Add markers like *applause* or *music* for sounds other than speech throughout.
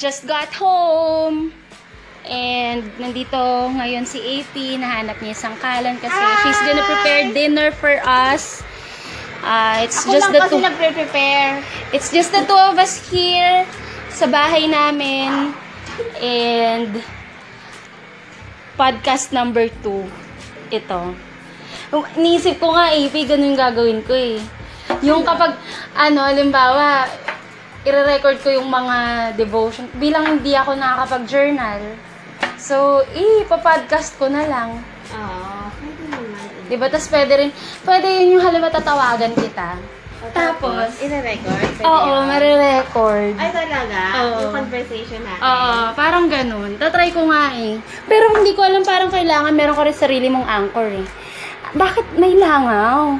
just got home. And nandito ngayon si AP, nahanap niya isang kalan kasi she's gonna prepare dinner for us. Ah, it's Ako just lang the kasi two. nagpre-prepare. It's just the two of us here sa bahay namin. And podcast number two. Ito. Um, Niisip ko nga, AP, ganun yung gagawin ko eh. Yung kapag, ano, alimbawa, ire-record ko yung mga devotion. Bilang hindi ako nakakapag-journal. So, eh, podcast ko na lang. Oo, pwede naman. Di ba? Tapos pwede rin, pwede yun yung halimbawa tatawagan kita. O, Tapos, ire-record? Pwede oo, yun? marirecord. Ay, talaga? Oo. Yung conversation natin? Oo, parang ganun. Tatry ko nga eh. Pero hindi ko alam parang kailangan meron ka rin sarili mong anchor eh. Bakit may langaw?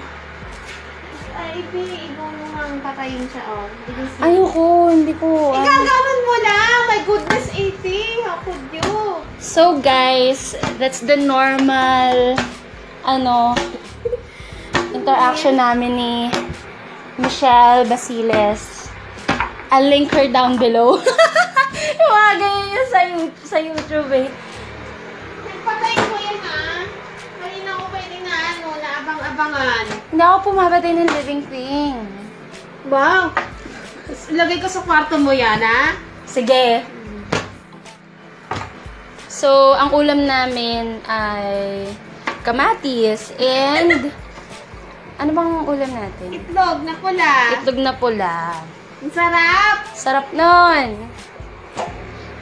Ay, Ibi, ikaw mo ang patayin siya, oh. Bilis mo. Ayoko, hindi ko. ano. Ikaw, alam. gawin mo na! Oh My goodness, Iti! How could you? So guys, that's the normal ano interaction namin ni Michelle Basiles. I'll link her down below. *laughs* Yung mga ganyan yun sa, Yout- sa YouTube eh. Nagpatay ko yan, ha? Hindi na ako pwede na, ano, na abang-abangan. Hindi ako pumapatay ng living thing. Wow! Lagay ko sa kwarto mo yan, ha? Sige. So, ang ulam namin ay kamatis and ano bang ulam natin? Itlog na pula. Itlog na pula. Ang sarap! Sarap nun!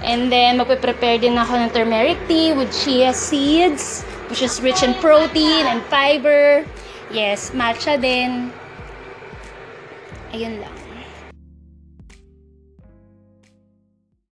And then, magpe-prepare din ako ng turmeric tea with chia seeds, which is rich in protein and fiber. Yes, matcha din. Ayun lang.